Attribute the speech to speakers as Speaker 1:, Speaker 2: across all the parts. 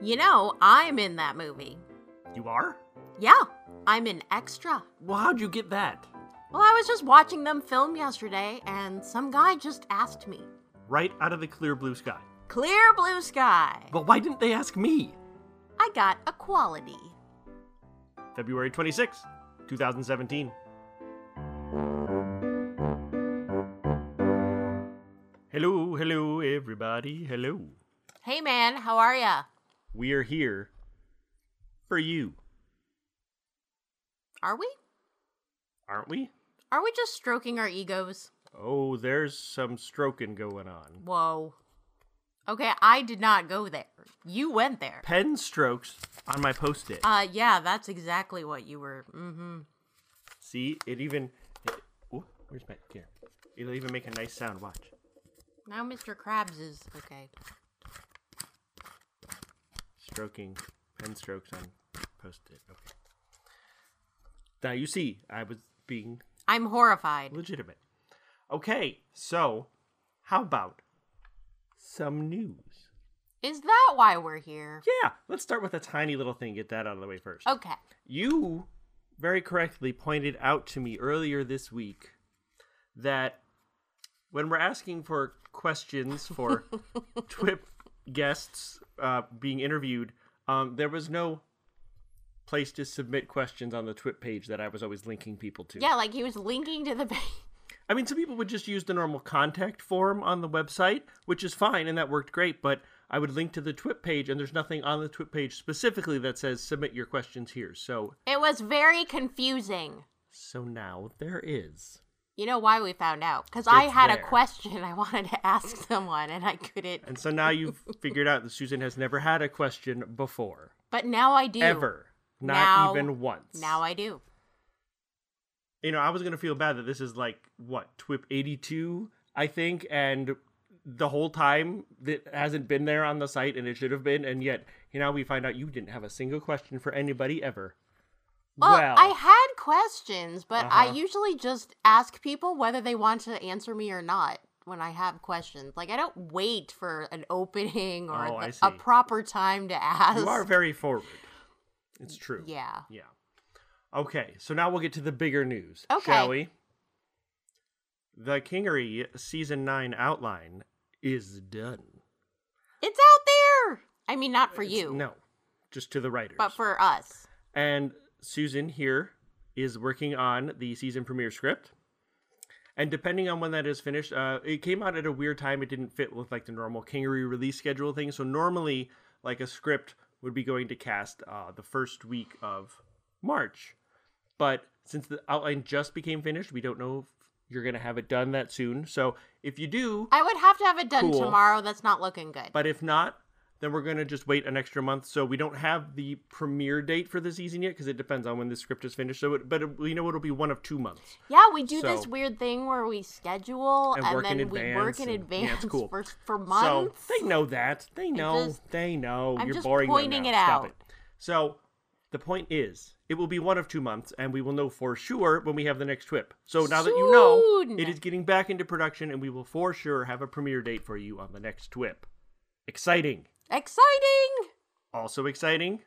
Speaker 1: You know, I'm in that movie.
Speaker 2: You are?
Speaker 1: Yeah, I'm an extra.
Speaker 2: Well, how'd you get that?
Speaker 1: Well, I was just watching them film yesterday, and some guy just asked me.
Speaker 2: Right out of the clear blue sky.
Speaker 1: Clear blue sky.
Speaker 2: But why didn't they ask me?
Speaker 1: I got a quality.
Speaker 2: February 26, 2017. Hello, hello, everybody. Hello.
Speaker 1: Hey man, how are ya?
Speaker 2: We are here for you,
Speaker 1: Are we?
Speaker 2: aren't we?
Speaker 1: Are we just stroking our egos?
Speaker 2: Oh, there's some stroking going on.
Speaker 1: Whoa. Okay, I did not go there. You went there.
Speaker 2: Pen strokes on my post it.
Speaker 1: Uh, yeah, that's exactly what you were. Mm-hmm.
Speaker 2: See, it even. It, oh, where's my. Here. It'll even make a nice sound. Watch.
Speaker 1: Now Mr. Krabs is okay.
Speaker 2: Stroking. Pen strokes on post it. Okay. Now you see, I was being
Speaker 1: I'm horrified.
Speaker 2: legitimate. Okay, so how about some news?
Speaker 1: Is that why we're here?
Speaker 2: Yeah, let's start with a tiny little thing. Get that out of the way first.
Speaker 1: Okay.
Speaker 2: You very correctly pointed out to me earlier this week that when we're asking for questions for TWIP guests uh, being interviewed, um, there was no place to submit questions on the TWIP page that I was always linking people to.
Speaker 1: Yeah, like he was linking to the. pa-
Speaker 2: I mean, some people would just use the normal contact form on the website, which is fine, and that worked great. But I would link to the TWIP page, and there's nothing on the TWIP page specifically that says submit your questions here. So,
Speaker 1: It was very confusing.
Speaker 2: so now there is.
Speaker 1: You know why we found out? Because I
Speaker 2: It's
Speaker 1: had a
Speaker 2: there.
Speaker 1: question I wanted to ask someone and I couldn't.
Speaker 2: And so now you've figured out that Susan has never had a question before,
Speaker 1: But now I do.
Speaker 2: ever, not
Speaker 1: Now-
Speaker 2: even once.
Speaker 1: Now I do.
Speaker 2: you know, I was gonna feel bad that this is like what TWIP 82, I think, and the whole time that hasn't been there on the site and it should have been, and yet you know we find out you didn't have a single question for anybody ever.
Speaker 1: Well,
Speaker 2: well,
Speaker 1: I
Speaker 2: Uh-huh.
Speaker 1: had questions, but I usually just ask people whether they want to answer me or not when I have questions. Like I don't wait for an opening or
Speaker 2: Oh, I
Speaker 1: the- a
Speaker 2: see.
Speaker 1: proper time to ask.
Speaker 2: you are very forward. It's true.
Speaker 1: Yeah.
Speaker 2: Yeah. Okay, so now we'll get to the bigger news,
Speaker 1: Okay.
Speaker 2: shall we? The Kingery season nine outline is done
Speaker 1: It's out there. I mean, not for you,
Speaker 2: No, just to the writers.
Speaker 1: but for us.
Speaker 2: And Susan here is working on the season premiere script. And depending on when that is finished, uh, it came out at a weird time. It didn't fit with like the normal Kingery release schedule thing. So normally, like a script would be going to cast uh, the first week of March. But since the outline just became finished, we don't know if you're going to have it done that soon. So if you do,
Speaker 1: I would have to have it done
Speaker 2: Cool.
Speaker 1: tomorrow. That's not looking good.
Speaker 2: but if not, then we're going to just wait an extra month. So we don't have the premiere date for the season yet because it depends on when the script is finished. So, it, but it, we know it'll be one of two months.
Speaker 1: yeah, we do this
Speaker 2: so-
Speaker 1: weird thing where we schedule
Speaker 2: And
Speaker 1: and,
Speaker 2: work in
Speaker 1: then we work
Speaker 2: advance
Speaker 1: in
Speaker 2: and- yeah,
Speaker 1: advance
Speaker 2: it's cool.
Speaker 1: for for months.
Speaker 2: So they know that. They know.
Speaker 1: just-
Speaker 2: they know.
Speaker 1: I'm
Speaker 2: You're
Speaker 1: just
Speaker 2: boring them
Speaker 1: pointing
Speaker 2: now.
Speaker 1: it
Speaker 2: Stop
Speaker 1: out.
Speaker 2: it. So the point is, it will be one of two months, and we will know for sure when we have the next whip. So now that you know,
Speaker 1: Soon.
Speaker 2: it is getting back into production, and we will for sure have a premiere date for you on the next whip. Exciting.
Speaker 1: Exciting.
Speaker 2: also exciting.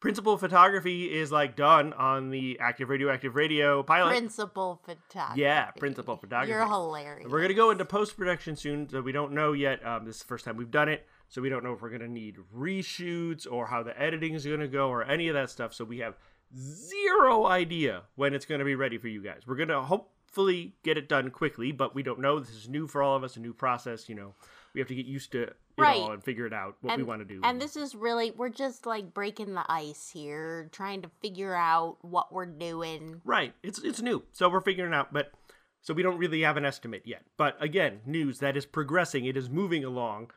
Speaker 2: Principal photography is like done on the Active Radio Active Radio pilot.
Speaker 1: Principal photography.
Speaker 2: yeah, principal photography.
Speaker 1: You're hilarious.
Speaker 2: We're gonna go into post production soon, so we don't know yet. Um, this is the first time we've done it, so we don't know if we're gonna need reshoots or how the editing is gonna go or any of that stuff. So we have zero idea when it's gonna be ready for you guys. We're gonna hopefully get it done quickly, but we don't know. This is new for all of us, a new process. You know, we have to get used to it
Speaker 1: Right.
Speaker 2: all and figure it out what we want to do.
Speaker 1: And this is really, we're just like breaking the ice here, trying to figure out what we're doing.
Speaker 2: Right. It's it's new. So we're figuring out, but so we don't really have an estimate yet. But again, news that is progressing, it is moving along.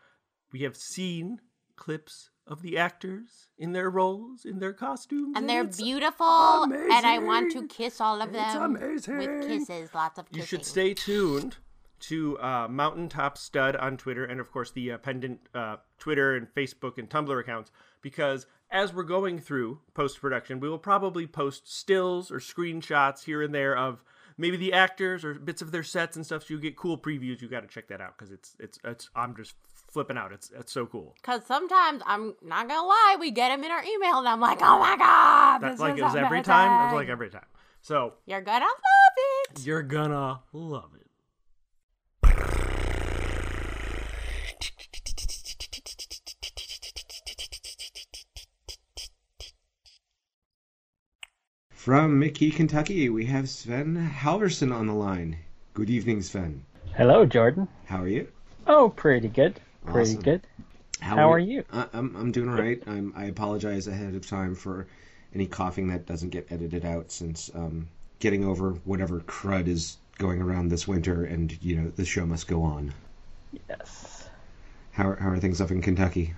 Speaker 2: We have seen clips of the actors in their roles, in their costumes.
Speaker 1: And they're
Speaker 2: it's-
Speaker 1: beautiful, and I want to
Speaker 2: amazing.
Speaker 1: kiss all of
Speaker 2: It's
Speaker 1: them with
Speaker 2: amazing.
Speaker 1: kisses, lots of kissing.
Speaker 2: You should stay tuned to uh, Mountaintop Stud on Twitter and, of course, the uh, Pendant uh, Twitter and Facebook and Tumblr accounts because as we're going through post production, we will probably post stills or screenshots here and there of maybe the actors or bits of their sets and stuff. So you get cool previews. You got to check that out because it's it's it's. I'm just flipping out. It's it's so cool.
Speaker 1: Because sometimes I'm not gonna lie, we get them in our email, and I'm like, oh my god,
Speaker 2: That's
Speaker 1: this
Speaker 2: like
Speaker 1: is
Speaker 2: it was every time. It was like every time. So
Speaker 1: you're gonna love it.
Speaker 2: you're gonna love it.
Speaker 3: From Mickey, Kentucky, we have Sven Halverson on the line. Good evening, Sven.
Speaker 4: Hello, Jordan.
Speaker 3: How are you?
Speaker 4: Oh, pretty good. Pretty
Speaker 3: Awesome.
Speaker 4: good. How are you?
Speaker 3: I, Uh, I'm I'm doing all right. I'm, I apologize ahead of time for any coughing that doesn't get edited out, since um, getting over whatever crud is going around this winter, and you know the show must go on.
Speaker 4: Yes.
Speaker 3: How are, how are things up in Kentucky?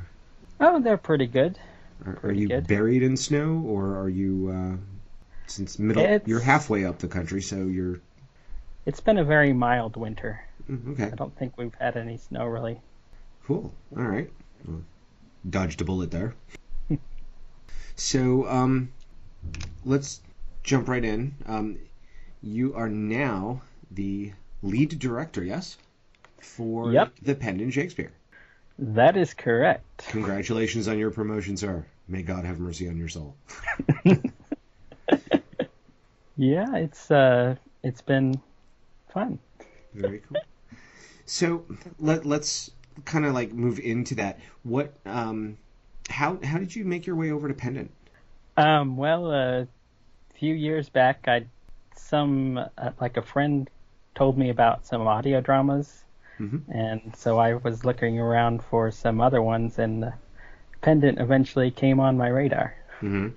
Speaker 4: Oh, they're pretty good.
Speaker 3: Are, are you
Speaker 4: good.
Speaker 3: buried in snow, or are you uh, since middle?
Speaker 4: It's-
Speaker 3: You're halfway up the country, so you're
Speaker 4: It's been a very mild winter.
Speaker 3: mm, okay.
Speaker 4: I don't think we've had any snow really.
Speaker 3: Cool. All right. Well, dodged a bullet there. so, um, let's jump right in. Um, you are now the lead director, yes, for
Speaker 4: Yep.
Speaker 3: the Pen and Shakespeare.
Speaker 4: That is correct.
Speaker 3: Congratulations on your promotion, sir. May God have mercy on your soul.
Speaker 4: Yeah, it's uh it's been fun.
Speaker 3: Very cool. so let let's kind of like move into that. What um, how how did you make your way over to Pendant?
Speaker 4: Um well, a few years back I some uh, like a friend told me about some audio dramas.
Speaker 3: Mhm.
Speaker 4: And so I was looking around for some other ones and uh, Pendant eventually came on my radar.
Speaker 3: Mm-hmm.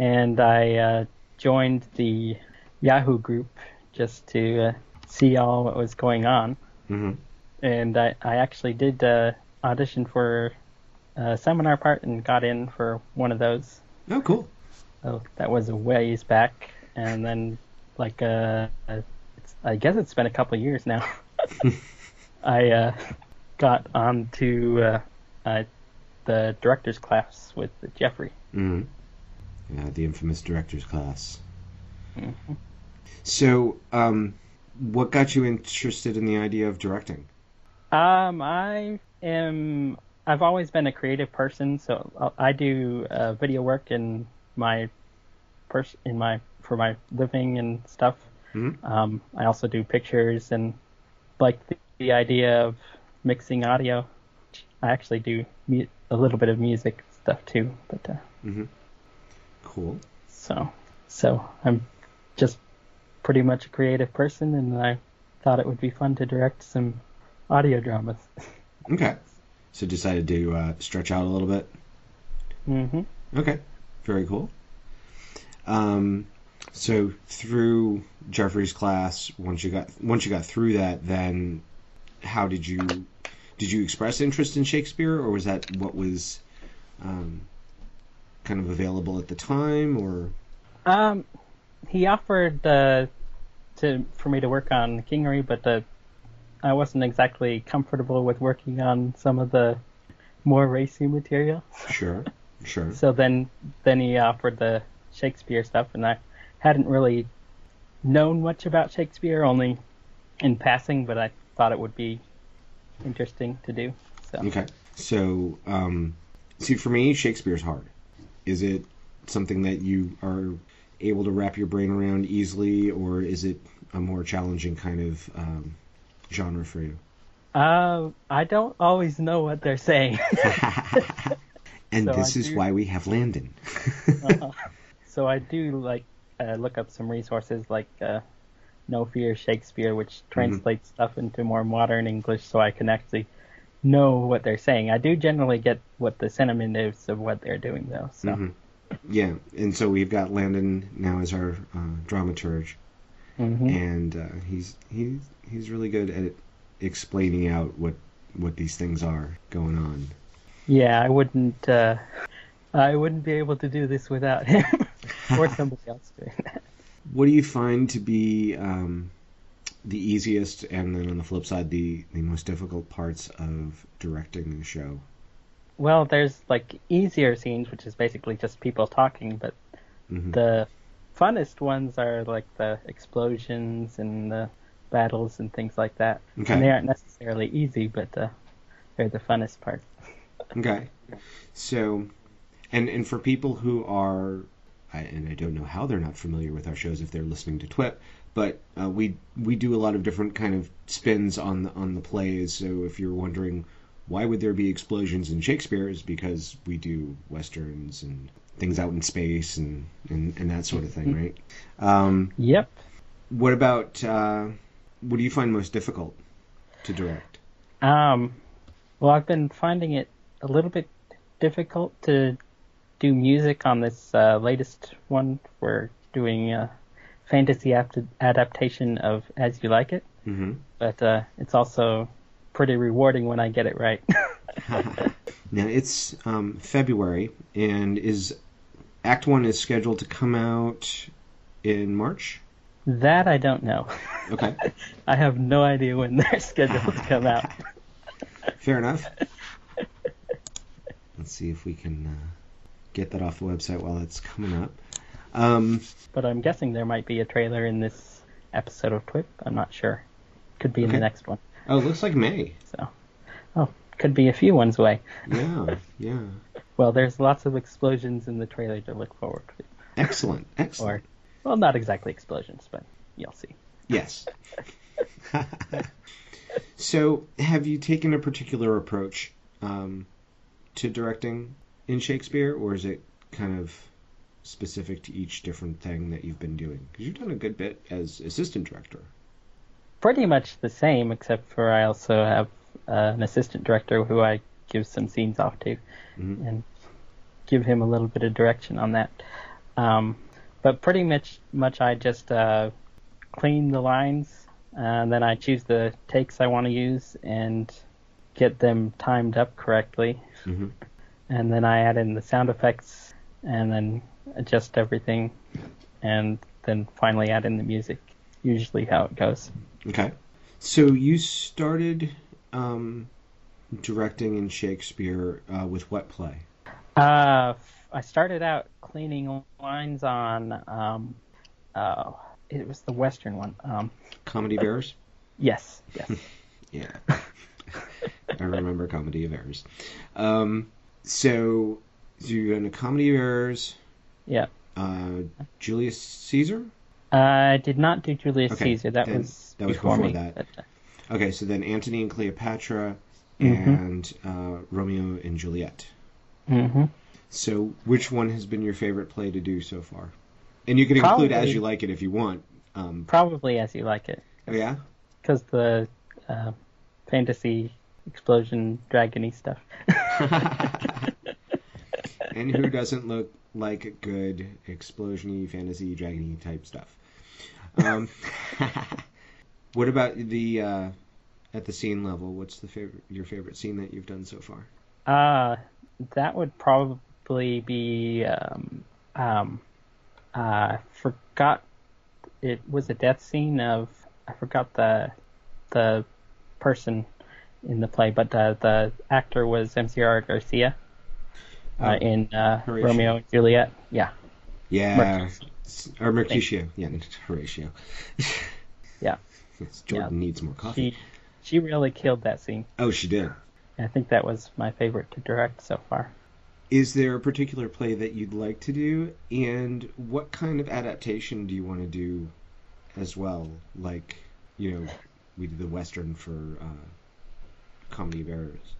Speaker 4: and I uh, joined the Yahoo group just to uh, see all what was going on.
Speaker 3: Mm-hmm.
Speaker 4: And I, I actually did uh, audition for a seminar part and got in for one of those.
Speaker 3: Oh, cool.
Speaker 4: So that was a ways back. And then, like, uh, uh, it's, I guess it's been a couple of years now. I uh, got on to uh, uh, the director's class with Jeffrey.
Speaker 3: hmm Yeah, the infamous director's class. So, um, what got you interested in the idea of directing?
Speaker 4: Um, I am. I've always been a creative person, so I- I do uh, video work in my pers- in my for my living and stuff.
Speaker 3: Mhm.
Speaker 4: Um, I also do pictures and like the, the idea of mixing audio. I actually do mu- a little bit of music stuff too, but uh,
Speaker 3: Cool.
Speaker 4: so so I'm just pretty much a creative person, and I thought it would be fun to direct some audio dramas.
Speaker 3: Okay. So decided to uh, stretch out a little bit.
Speaker 4: hmm
Speaker 3: Okay. Very cool. Um, so through Jeffrey's class, once you got once you got through that, then how did you did you express interest in Shakespeare, or was that what was um, kind of available at the time, or
Speaker 4: Um, he offered uh, to for me to work on Kingery, but uh, I wasn't exactly comfortable with working on some of the more racy material.
Speaker 3: Sure, sure.
Speaker 4: So then, then he offered the Shakespeare stuff, and I hadn't really known much about Shakespeare, only in passing. But I thought it would be interesting to do. So
Speaker 3: Okay. So, um, see, for me, Shakespeare's hard. Is it something that you are able to wrap your brain around easily, or is it a more challenging kind of um, genre for you?
Speaker 4: uh, I don't always know what they're saying.
Speaker 3: And
Speaker 4: So
Speaker 3: this
Speaker 4: I
Speaker 3: is
Speaker 4: do-
Speaker 3: why we have Landon.
Speaker 4: So I do like uh, look up some resources like uh, No Fear Shakespeare, which translates stuff into more modern English, so I can actually know what they're saying. I do generally get what the sentiment is of what they're doing, though. So
Speaker 3: yeah, and so we've got Landon now as our uh, dramaturge,
Speaker 4: Mhm.
Speaker 3: and uh, he's he's he's really good at explaining out what what these things are going on.
Speaker 4: yeah, I wouldn't uh, I wouldn't be able to do this without him or somebody else doing that.
Speaker 3: What do you find to be um, the easiest, and then on the flip side, the, the most difficult parts of directing the show?
Speaker 4: Well, there's like easier scenes, which is basically just people talking, but
Speaker 3: Mhm.
Speaker 4: the funnest ones are like the explosions and the battles and things like that.
Speaker 3: Okay.
Speaker 4: And they aren't necessarily easy, but uh, they're the funnest part.
Speaker 3: Okay. So, and and for people who are, I, and I don't know how they're not familiar with our shows if they're listening to TWIP, but uh, we we do a lot of different kind of spins on the on the plays. So if you're wondering why would there be explosions in Shakespeare, is because we do westerns and things out in space and and, and that sort of thing, right? Um,
Speaker 4: Yep.
Speaker 3: what about uh, what do you find most difficult to direct?
Speaker 4: Um, well, I've been finding it a little bit difficult to do music on this uh, latest one. We're doing a fantasy apt- adaptation of As You Like It,
Speaker 3: hmm
Speaker 4: but uh, it's also pretty rewarding when I get it right.
Speaker 3: Now it's um, February, and is Act One is scheduled to come out in March.
Speaker 4: that I don't know.
Speaker 3: Okay,
Speaker 4: I have no idea when their schedule to come out.
Speaker 3: fair enough. Let's see if we can uh, get that off the website while it's coming up. Um,
Speaker 4: But I'm guessing there might be a trailer in this episode of TWIP. I'm not sure. Could be in the
Speaker 3: Okay.
Speaker 4: next one.
Speaker 3: oh, it looks like May.
Speaker 4: So, oh, could be a few ones away.
Speaker 3: Yeah, yeah.
Speaker 4: Well, there's lots of explosions in the trailer to look forward to.
Speaker 3: Excellent,
Speaker 4: Or,
Speaker 3: excellent.
Speaker 4: well, not exactly explosions, but you'll see.
Speaker 3: Yes. so, have you taken a particular approach um, to directing in Shakespeare, or is it kind of specific to each different thing that you've been doing? Because you've done a good bit as assistant director.
Speaker 4: Pretty much the same, except for I also have uh, an assistant director who I give some scenes off to
Speaker 3: Mhm.
Speaker 4: and give him a little bit of direction on that. Um, but pretty much, much I just uh, clean the lines, and then I choose the takes I want to use and get them timed up correctly.
Speaker 3: Mhm.
Speaker 4: and then I add in the sound effects and then adjust everything and then finally add in the music. Usually how it goes.
Speaker 3: Okay. So you started um, directing in Shakespeare uh, with what play?
Speaker 4: Uh, f- I started out cleaning lines on um, uh, it was the western one. Um,
Speaker 3: Comedy of Errors?
Speaker 4: yes, yes.
Speaker 3: Hmm. Yeah. I remember Comedy of Errors. Um, so, so you're in a Comedy of Errors,
Speaker 4: yeah.
Speaker 3: uh, Julius Caesar?
Speaker 4: I did not do Julius
Speaker 3: Okay,
Speaker 4: Caesar. That
Speaker 3: then
Speaker 4: was
Speaker 3: that was
Speaker 4: before,
Speaker 3: before
Speaker 4: me.
Speaker 3: that.
Speaker 4: but, uh,
Speaker 3: Okay, so then Antony and Cleopatra
Speaker 4: Mhm.
Speaker 3: and uh, Romeo and Juliet.
Speaker 4: mhm.
Speaker 3: So which one has been your favorite play to do so far? And you can include As
Speaker 4: Probably-
Speaker 3: You Like It if you want. Um,
Speaker 4: Probably as you like it,
Speaker 3: yeah?
Speaker 4: because the uh, fantasy explosion dragony stuff.
Speaker 3: and who doesn't look like good explosiony fantasy dragony type stuff? Um, what about the uh, at the scene level? What's the favorite your favorite scene that you've done so far?
Speaker 4: Uh, that would probably be um um uh I forgot it was a death scene of I forgot the the person in the play, but uh, the actor was MCR Garcia uh,
Speaker 3: Oh,
Speaker 4: in uh,
Speaker 3: Horatio.
Speaker 4: Romeo and Juliet. Yeah,
Speaker 3: Yeah,
Speaker 4: Mercutio.
Speaker 3: or Mercutio. Yeah, not Horatio.
Speaker 4: yeah.
Speaker 3: Yes, Jordan needs more coffee.
Speaker 4: She she really killed that scene.
Speaker 3: Oh, she did.
Speaker 4: I think that was my favorite to direct so far.
Speaker 3: Is there a particular play that you'd like to do, and what kind of adaptation do you want to do as well? Like, you know, we did the western for uh, Comedy of Errors.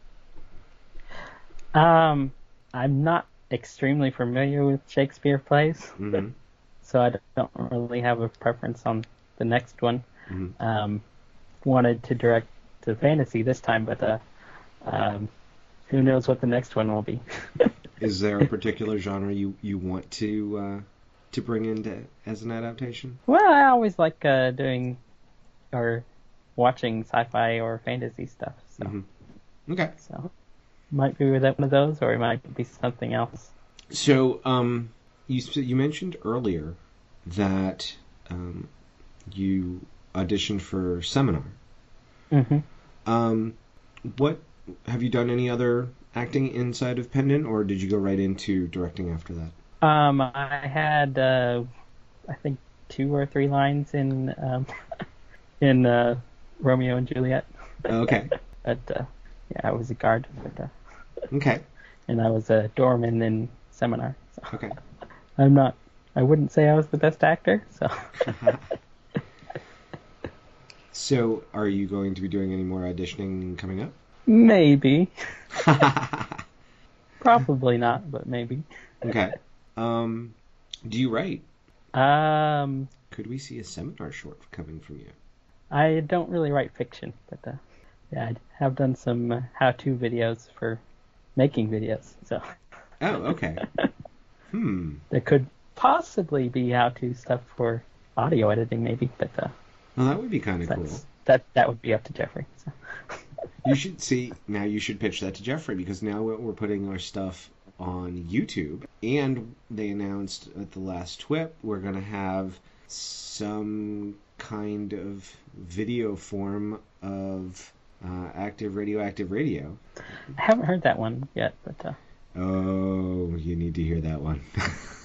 Speaker 4: Um, I'm not extremely familiar with Shakespeare plays.
Speaker 3: hmm
Speaker 4: so I don't really have a preference on the next one.
Speaker 3: Mhm.
Speaker 4: Um, wanted to direct to fantasy this time, but uh, um, who knows what the next one will be?
Speaker 3: Is there a particular genre you, you want to uh, to bring into as an adaptation?
Speaker 4: well, I always like uh, doing or watching sci-fi or fantasy stuff, so
Speaker 3: Mhm. Okay.
Speaker 4: so might be with one of those, or it might be something else.
Speaker 3: So, um, you sp- you mentioned earlier that um, you auditioned for seminar.
Speaker 4: hmm
Speaker 3: Um, what have you done any other acting inside of Pendant, or did you go right into directing after that?
Speaker 4: Um, I had Um, uh, I think two or three lines in um, in uh, Romeo and Juliet.
Speaker 3: Okay.
Speaker 4: But uh, yeah, I was a guard, but, uh,
Speaker 3: Okay.
Speaker 4: and I was a doorman in seminar. So
Speaker 3: Okay.
Speaker 4: I'm not. I wouldn't say I was the best actor. So
Speaker 3: So, are you going to be doing any more auditioning coming up?
Speaker 4: maybe, probably not, but maybe.
Speaker 3: Okay. Um, do you write?
Speaker 4: Um,
Speaker 3: Could we see a seminar short coming from you?
Speaker 4: I don't really write fiction, but uh, yeah, I have done some uh, how-to videos for making videos. So
Speaker 3: Oh, okay. Hmm.
Speaker 4: there could possibly be how-to stuff for audio editing, maybe. But uh,
Speaker 3: Well, that would be kind of
Speaker 4: that's
Speaker 3: cool.
Speaker 4: that that would be up to Jeffrey. So.
Speaker 3: You should see now. You should pitch that to Jeffrey because now we're we're putting our stuff on YouTube, and they announced at the last TWIP we're going to have some kind of video form of uh, active radioactive radio.
Speaker 4: I haven't heard that one yet, but uh,
Speaker 3: Oh, you need to hear that one.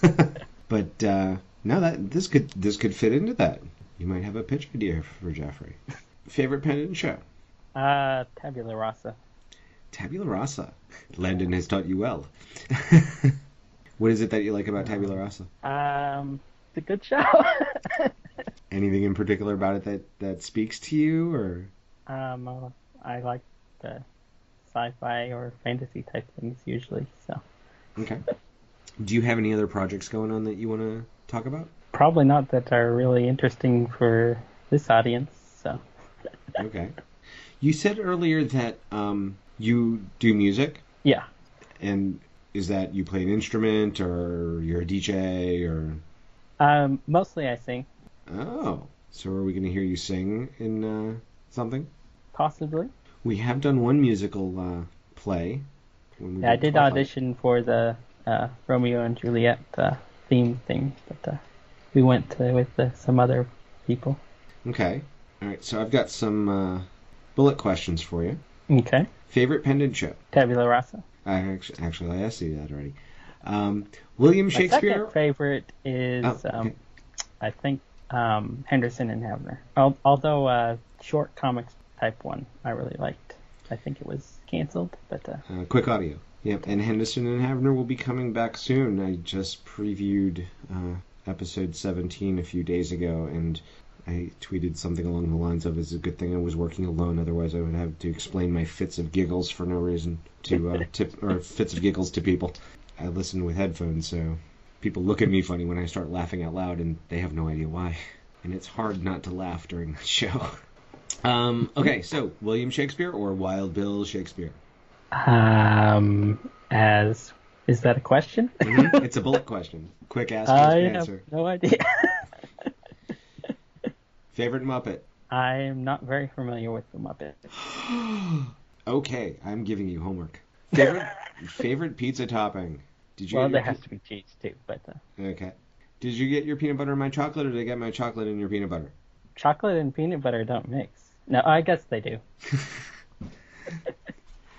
Speaker 3: but uh, no, that this could this could fit into that. You might have a pitch idea for Jeffrey. Favorite pendant show.
Speaker 4: Uh, tabula rasa.
Speaker 3: Tabula Rasa. Landon has taught you well. what is it that you like about Tabula Rasa?
Speaker 4: Um, it's a good show.
Speaker 3: Anything in particular about it that, that speaks to you, or
Speaker 4: um, uh, I like the sci-fi or fantasy type things usually. So
Speaker 3: okay? Do you have any other projects going on that you want to talk about?
Speaker 4: probably not that are really interesting for this audience. So
Speaker 3: Okay. You said earlier that um, you do music,
Speaker 4: yeah,
Speaker 3: and is that you play an instrument, or you're a DJ, or
Speaker 4: um, mostly I sing,
Speaker 3: oh? So are we going to hear you sing in uh, something?
Speaker 4: possibly.
Speaker 3: We have done one musical uh, play. when we
Speaker 4: Yeah, I did
Speaker 3: Twilight.
Speaker 4: audition for the uh, Romeo and Juliet uh, theme thing, but uh, we went to, with uh, some other people.
Speaker 3: Okay. All right. So I've got some uh, bullet questions for you.
Speaker 4: Okay,
Speaker 3: Favorite pendant show?
Speaker 4: tabula rasa.
Speaker 3: I actually, actually I asked you that already. Um, William
Speaker 4: My
Speaker 3: Shakespeare.
Speaker 4: second favorite is,
Speaker 3: Oh, okay.
Speaker 4: um, I think, um, Henderson and Havner. Al- although uh, short comics type one, I really liked. I think it was canceled, but uh,
Speaker 3: Uh, quick audio. Yep. And Henderson and Havner will be coming back soon. I just previewed uh, episode 17 a few days ago, and I tweeted something along the lines of "It's a good thing I was working alone, otherwise I would have to explain my fits of giggles for no reason to uh, tip or fits of giggles to people." I listen with headphones, so people look at me funny when I start laughing out loud, and they have no idea why. And it's hard not to laugh during the show. Um, okay, so William Shakespeare or Wild Bill Shakespeare?
Speaker 4: um, as is that a question?
Speaker 3: Mhm. it's a bullet question. Quick ask,
Speaker 4: I
Speaker 3: crisp
Speaker 4: have
Speaker 3: answer.
Speaker 4: no idea.
Speaker 3: Favorite Muppet?
Speaker 4: I am not very familiar with the Muppet.
Speaker 3: Okay, I'm giving you homework. Favorite favorite pizza topping? Did you
Speaker 4: Well,
Speaker 3: get
Speaker 4: there
Speaker 3: your
Speaker 4: has to be cheese too, but uh,
Speaker 3: pe- okay? Did you get your peanut butter and my chocolate, or did I get my chocolate and your peanut butter?
Speaker 4: chocolate and peanut butter don't mix. No, I guess they do.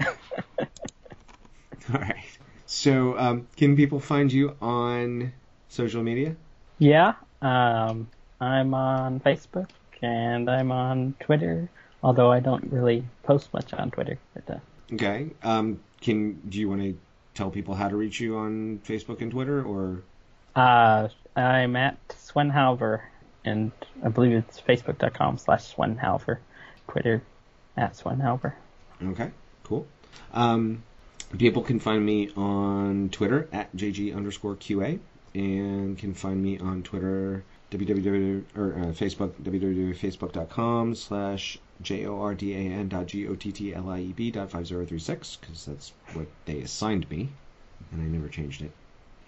Speaker 3: All right. So, um, can people find you on social media?
Speaker 4: Yeah, um, I'm on Facebook and I'm on Twitter, although I don't really post much on Twitter. But, uh,
Speaker 3: Okay. Um, can do you want to tell people how to reach you on Facebook and Twitter, or
Speaker 4: uh, I'm at Swenhalver, and I believe it's facebook.com slash Swenhalver, Twitter at Swenhalver.
Speaker 3: Okay, cool. Um, people can find me on Twitter at JG underscore QA and can find me on Twitter www or uh, Facebook www.facebook.com slash J O R D A N dot G O T T L I E B dot five zero three six because that's what they assigned me and I never changed it.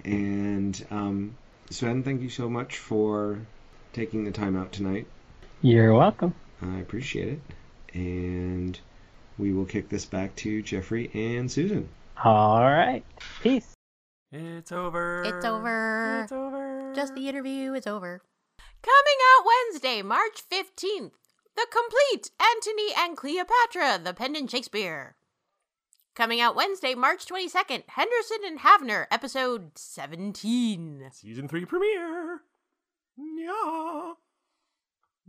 Speaker 3: And um, Sven, thank you so much for taking the time out tonight.
Speaker 4: You're welcome.
Speaker 3: I appreciate it. And we will kick this back to Jeffrey and Susan.
Speaker 4: All right. Peace.
Speaker 2: It's over.
Speaker 1: It's over.
Speaker 2: It's over.
Speaker 1: Just the interview is over. Coming out Wednesday, March 15th. The Complete Antony and Cleopatra, The Pendant Shakespeare. Coming out Wednesday, March 22nd, Henderson and Havner, Episode 17.
Speaker 2: season three premiere. Yeah.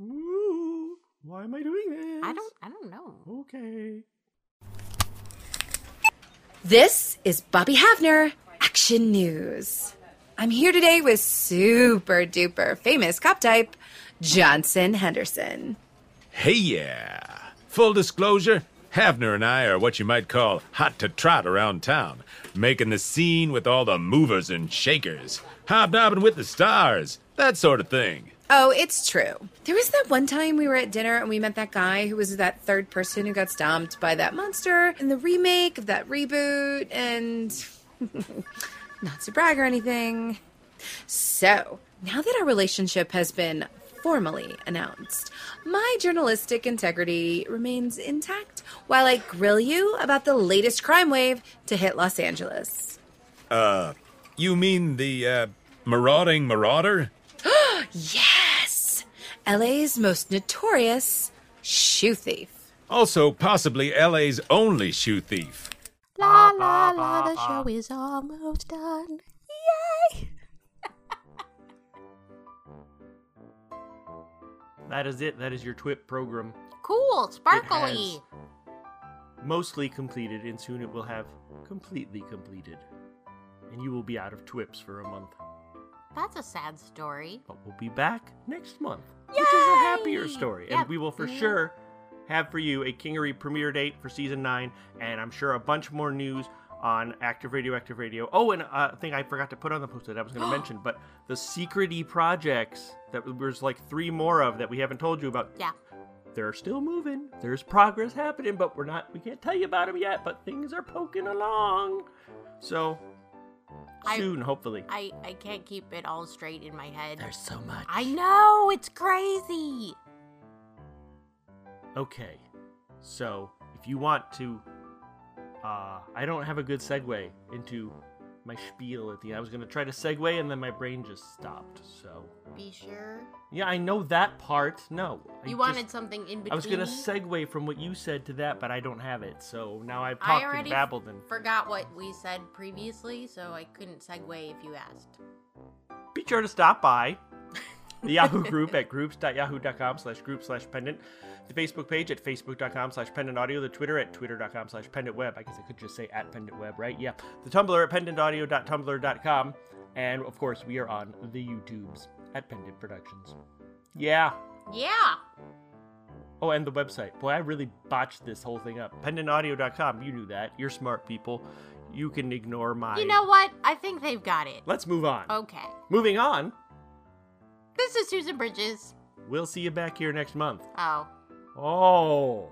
Speaker 2: Ooh, why am I doing this?
Speaker 1: I don't I don't know.
Speaker 2: Okay.
Speaker 5: This is Bobby Havner, Action News. I'm here today with super duper famous cop type, Johnson Henderson.
Speaker 6: Hey, yeah. Full disclosure Havner and I are what you might call hot to trot around town, making the scene with all the movers and shakers, hobnobbing with the stars, that sort of thing.
Speaker 5: Oh, it's true. There was that one time we were at dinner and we met that guy who was that third person who got stomped by that monster in the remake of that reboot, and not to brag or anything. So, now that our relationship has been formally announced, my journalistic integrity remains intact while I grill you about the latest crime wave to hit Los Angeles.
Speaker 6: You mean the, uh, marauding marauder?
Speaker 5: Yes! LA's most notorious shoe thief.
Speaker 6: Also, possibly LA's only shoe thief.
Speaker 1: La la la, the show is almost done. Yay!
Speaker 2: That is it. That is your TWIP program.
Speaker 1: Cool, sparkly.
Speaker 2: Mostly completed, and soon it will have completely completed. And you will be out of TWIPs for a month.
Speaker 1: That's a sad story.
Speaker 2: But we'll be back next month, which is a happier
Speaker 1: Yay!
Speaker 2: story.
Speaker 1: Yep.
Speaker 2: And we will for
Speaker 1: Mhm.
Speaker 2: sure have for you a Kingery premiere date for season nine, and I'm sure a bunch more news on Active Radio, Active Radio. Oh, and a thing I forgot to put on the post that I was going to mention, but the secrety projects that there's like three more of that we haven't told you about.
Speaker 1: Yeah.
Speaker 2: They're still moving. There's progress happening, but we're not. We can't tell you about them yet. But things are poking along. So
Speaker 1: I-
Speaker 2: soon, hopefully.
Speaker 1: I I can't keep it all straight in my head.
Speaker 2: There's so much.
Speaker 1: I know, it's crazy.
Speaker 2: Okay, so if you want to, uh, I don't have a good segue into my spiel at the end. I was gonna try to segue and then my brain just stopped. So
Speaker 1: Be sure.
Speaker 2: yeah, I know that part. No, I
Speaker 1: You
Speaker 2: just-
Speaker 1: wanted something in between.
Speaker 2: I was gonna segue from what you said to that, but I don't have it. So now I've
Speaker 1: I
Speaker 2: talked
Speaker 1: already
Speaker 2: and babbled and
Speaker 1: forgot what we said previously, so I couldn't segue if you asked.
Speaker 2: be sure to stop by the yahoo group at groups.yahoo.com slash group slash pendant the facebook page at facebook.com slash pendant audio the twitter at twitter.com slash pendant web i guess i could just say at pendant web right yeah the tumblr at pendantaudio.tumblr.com and of course we are on the youtubes at pendant productions yeah
Speaker 1: Yeah.
Speaker 2: oh and the website boy i really botched this whole thing up pendantaudio.com you knew that you're smart people you can ignore my
Speaker 1: You know Oh. what? I think they've got it.
Speaker 2: let's move on
Speaker 1: Okay.
Speaker 2: moving on
Speaker 1: This is Susan Bridges.
Speaker 2: we'll see you back here next month
Speaker 1: Oh.
Speaker 2: Oh.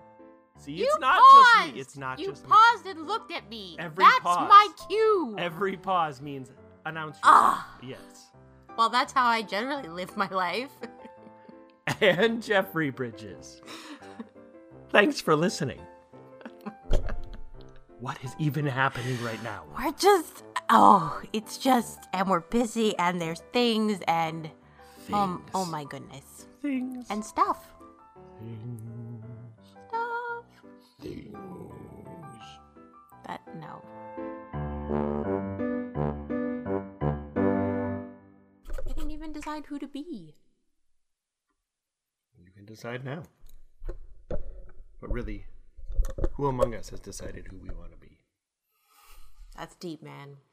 Speaker 2: See,
Speaker 1: you
Speaker 2: it's not
Speaker 1: paused!
Speaker 2: just me. It's not
Speaker 1: you
Speaker 2: just
Speaker 1: paused and looked at me.
Speaker 2: Every
Speaker 1: That's
Speaker 2: pause.
Speaker 1: my cue.
Speaker 2: me. Every pause means announce yourself.
Speaker 1: Ah.
Speaker 2: Yes.
Speaker 1: Well, that's how I generally live my life.
Speaker 2: And Jeffrey Bridges. Thanks for listening. what is even happening right now?
Speaker 1: We're just oh, it's just and we're busy and there's things and um oh my goodness.
Speaker 2: Things.
Speaker 1: And stuff. Stuff. But no. I didn't even decide who to be.
Speaker 2: You can decide now. But really, who among us has decided who we want to be?
Speaker 1: That's deep, man.